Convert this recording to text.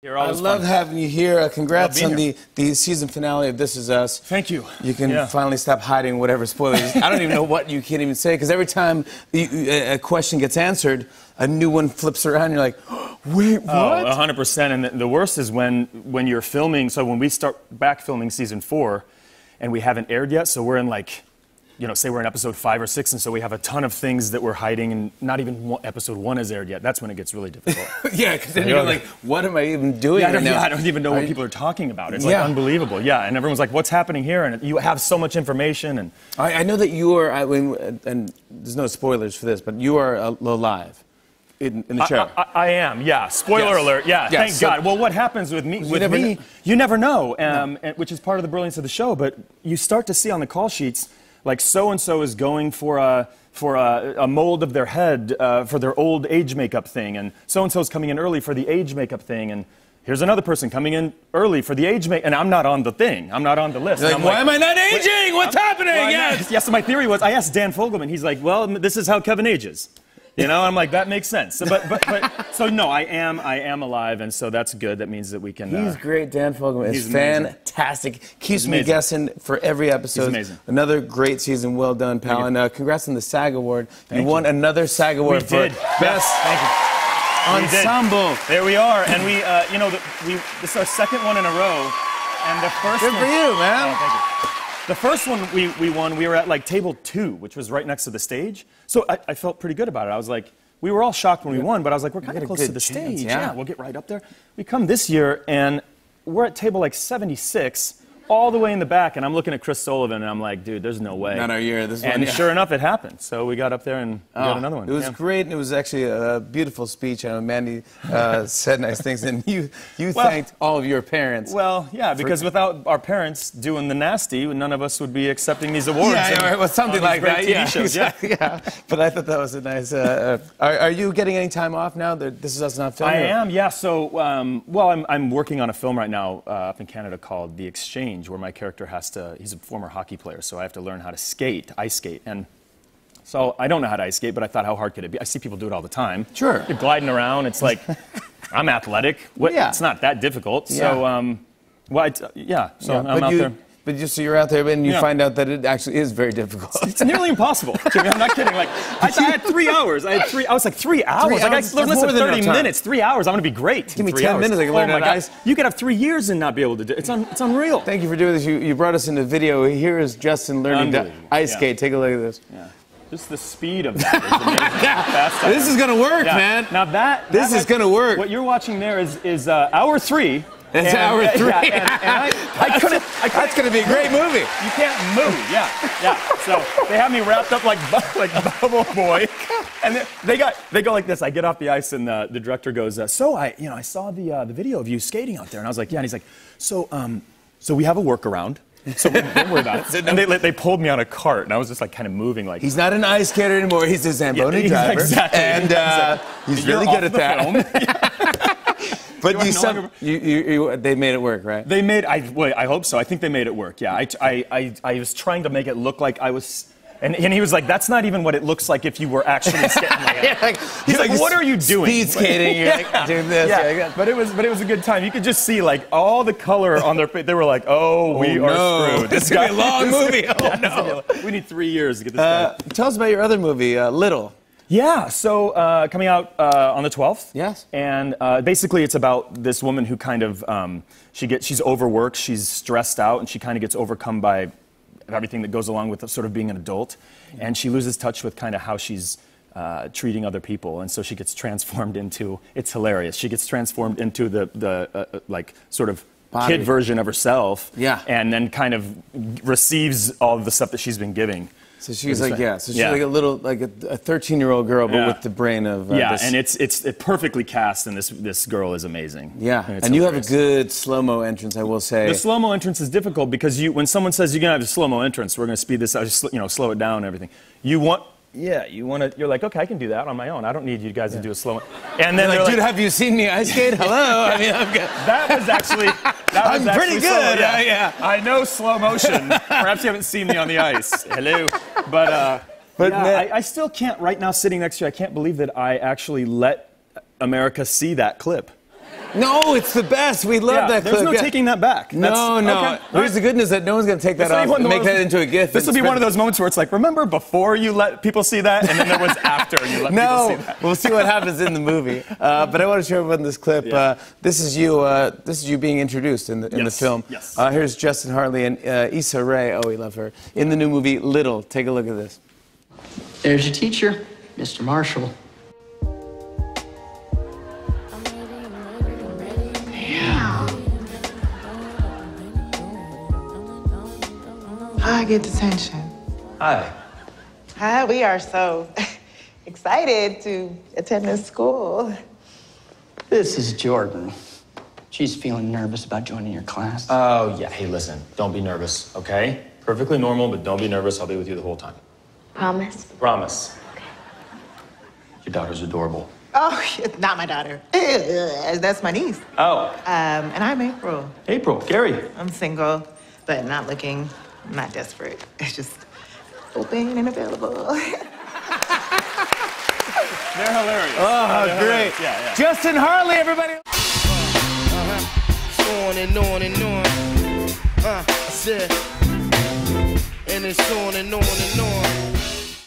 You're I always love fun. having you here. Uh, Congrats Love on being the, the season finale of This Is Us. Thank you. You can Yeah. finally stop hiding whatever spoilers. I don't even know what you can't even say because every time you, a a question gets answered, a new one flips around. You're like, wait, what? Oh, 100%. And the, the worst is when, when you're filming. So when we start back filming season four and we haven't aired yet, so we're in like, you know, say we're in episode five or six, and so we have a ton of things that we're hiding, and not even one, episode one is aired yet. That's when it gets really difficult. yeah, because then you're like, what am I even doing I, right don't, now? I don't even know what I- people are talking about. It's Yeah. like unbelievable. Yeah, and everyone's like, what's happening here? And you have so much information, and I, I know that you are, I mean, and, and there's no spoilers for this, but you are uh, alive in, in the I, chair. I, I am, yeah. Spoiler Yes. alert, yeah. Yes, Thank so- God. Well, what happens with me? With never me, kn- you never know, um, and, which is part of the brilliance of the show. But you start to see on the call sheets, like so and so is going for a for a, a mold of their head uh, for their old age makeup thing, and so and so's coming in early for the age makeup thing, and. Here's another person coming in early for the age make, and I'm not on the thing. I'm not on the list. You're And like, I'm why am I not aging? What's happening? well, I know. yes. Yeah, so my theory was I asked Dan Fogelman. He's like, well, m- this is how Kevin ages. You know, I'm like, that makes sense. So, but, but, but, so no, I am, I am alive, and so that's good. That means that we can. He's Uh, great. Dan Fogelman is He's amazing. fantastic. Keeps me amazing. guessing for every episode. He's amazing. Another great season. Well done, pal. you. And uh, congrats on the SAG Award. you Thank won you. another SAG Award for did. Best thank you. We did. Ensemble. There we are, and we, uh, you know, the, we, this is our second one in a row, and the first. Good one, for you, man. Oh, thank you. The first one we, we won, we were at like table two, which was right next to the stage. So I, I felt pretty good about it. I was like, we were all shocked when we won, but I was like, we're kind got of a close good to the chance, stage. yeah. we'll get right up there. We come this year, and we're at table like 76, all the way in the back, and I'm looking at Chris Sullivan, and I'm like, dude, there's no way. Not our year, this and one, yeah. sure enough, it happened. So we got up there and we got Oh, another one. It was Yeah. great, and it was actually a beautiful speech. I know Mandy uh, said nice things, and you you Well- thanked all of your parents. Well, yeah, because without our parents doing the nasty, none of us would be accepting these awards. yeah, and yeah, well, something on these like great that. TV yeah, shows, exactly, yeah. But I thought that was a nice. Uh, uh, are, are you getting any time off now? That this is us not filming. I am, yeah. So, um, well, I'm, I'm working on a film right now uh, up in Canada called The Exchange, where my character has to, he's a former hockey player, so I have to learn how to skate, ice skate. And so I don't know how to ice skate, but I thought, how hard could it be? I see people do it all the time. Sure. You're gliding around. It's like, I'm athletic. What, Yeah. It's not that difficult. So, Yeah. um, well, I t- yeah, so Yeah, I'm but out you, there. But just so you're out there, and you Yeah. find out that it actually is very difficult. It's nearly impossible. Jimmy, I'm not kidding. Like I, I had three hours. I had three. I was like three hours. like hours? I That's listen, more than thirty enough time. minutes, three hours. I'm gonna be great. Give me 10 minutes, I can learn oh my how to God. ice. You could have three years and not be able to do. It's un, it's unreal. Thank you for doing this. You, you brought us into video. Here is Justin learning to Unbelievable. ice Yeah. skate. Take a look at this. Just the speed of that. Is amazing. Fast I Oh This am. is gonna work, Yeah. man. Now that This that is gonna work. What you're watching there is is uh, hour three. It's hour yeah, three. and- and I, I couldn't. I couldn't That's gonna be a great movie. You can't move. Yeah, yeah. So they have me wrapped up like bu- like bubble boy, and they, they got they go like this. I get off the ice, and the, the director goes, uh, "So I, you know, I saw the uh, the video of you skating out there," and I was like, "Yeah," and he's like, "So um, so we have a workaround." So we- don't worry about it. And they, they pulled me on a cart, and I was just like kind of moving like. He's not an ice skater anymore. He's a Zamboni Yeah, driver. exactly. And uh, Exactly. he's You're really off good at the that. film. You But you, are no some- longer- you, you, you, they made it work, right? They made. I wait. I hope so. I think they made it work. Yeah. I, I, I, I was trying to make it look like I was. And, and he was like, "That's not even what it looks like if you were actually skating." I'm like, He's like, "What are you doing?" Speed skating. You're like doing this. Yeah. like that. but it was but it was a good time. You could just see like all the color on their face. They were like, "Oh, we Oh, are no. screwed." This is gonna be a long movie. Oh, no. We need three years to get this Uh, done. tell us about your other movie, uh, Little. Yeah, so uh, coming out uh, on the 12th. Yes. And uh, basically, it's about this woman who kind of um, she gets she's overworked, she's stressed out, and she kind of gets overcome by everything that goes along with sort of being an adult, and she loses touch with kind of how she's. Uh, treating other people, and so she gets transformed into. It's hilarious. She gets transformed into the the uh, uh, like sort of Body. kid version of herself. Yeah. And then kind of receives all of the stuff that she's been giving. So she's like, fan. yeah. So she's Yeah. like a little, like a, a 13-year-old girl, but Yeah. with the brain of uh, Yeah, this- and it's it's it perfectly cast, and this this girl is amazing. yeah. it's And you have a hilarious. good slow-mo entrance, I will say. The slow mo entrance is difficult because you when someone says you're gonna have a slow mo entrance, we're gonna speed this, out, just, you know, slow it down, and everything. You want. Yeah, you want to. You're like, okay, I can do that on my own. I don't need you guys to do a slow. mo." And then like, they're dude, like, have you seen me ice skate? Hello. I mean, I'm good. that was actually. That I'm was pretty actually good, slow-mo, uh, yeah. I know slow motion. Perhaps you haven't seen me on the ice. Hello, but uh, but But man- I, I still can't. Right now, sitting next to you, I can't believe that I actually let America see that clip. No, it's the best. We love Yeah, that there's clip. no yeah. taking that back. No, That's- no. okay. Here's the good news that no one's going to take that off and make that into a gift. This will and be spread one of it. those moments where it's like, remember before you let people see that, and then there was after you let No, people see that. we'll see what happens in the movie. Uh, but I want to show everyone this clip. Yeah. Uh, this is you. Uh, this is you being introduced in the in Yes, the film. yes. Uh, here's Justin Hartley and uh, Issa Rae. Oh, we love her in the new movie Little. Take a look at this. There's your teacher, Mr. Marshall. I get detention. Hi. Hi, we are so excited to attend this school. This is Jordan. She's feeling nervous about joining your class. Oh, yeah. Hey, listen, don't be nervous, okay? Perfectly normal, but don't be nervous. I'll be with you the whole time. Promise. Promise. Your daughter's adorable. Oh, it's not my daughter. That's my niece. Oh, Um, and I'm April. April, Gary. I'm single, but not looking, not desperate. It's just open and available. They're hilarious. Oh, They're great! hilarious. Yeah, yeah. Justin Hartley, everybody. Uh-huh. on and on and on. Uh, I said, and it's on and on and on.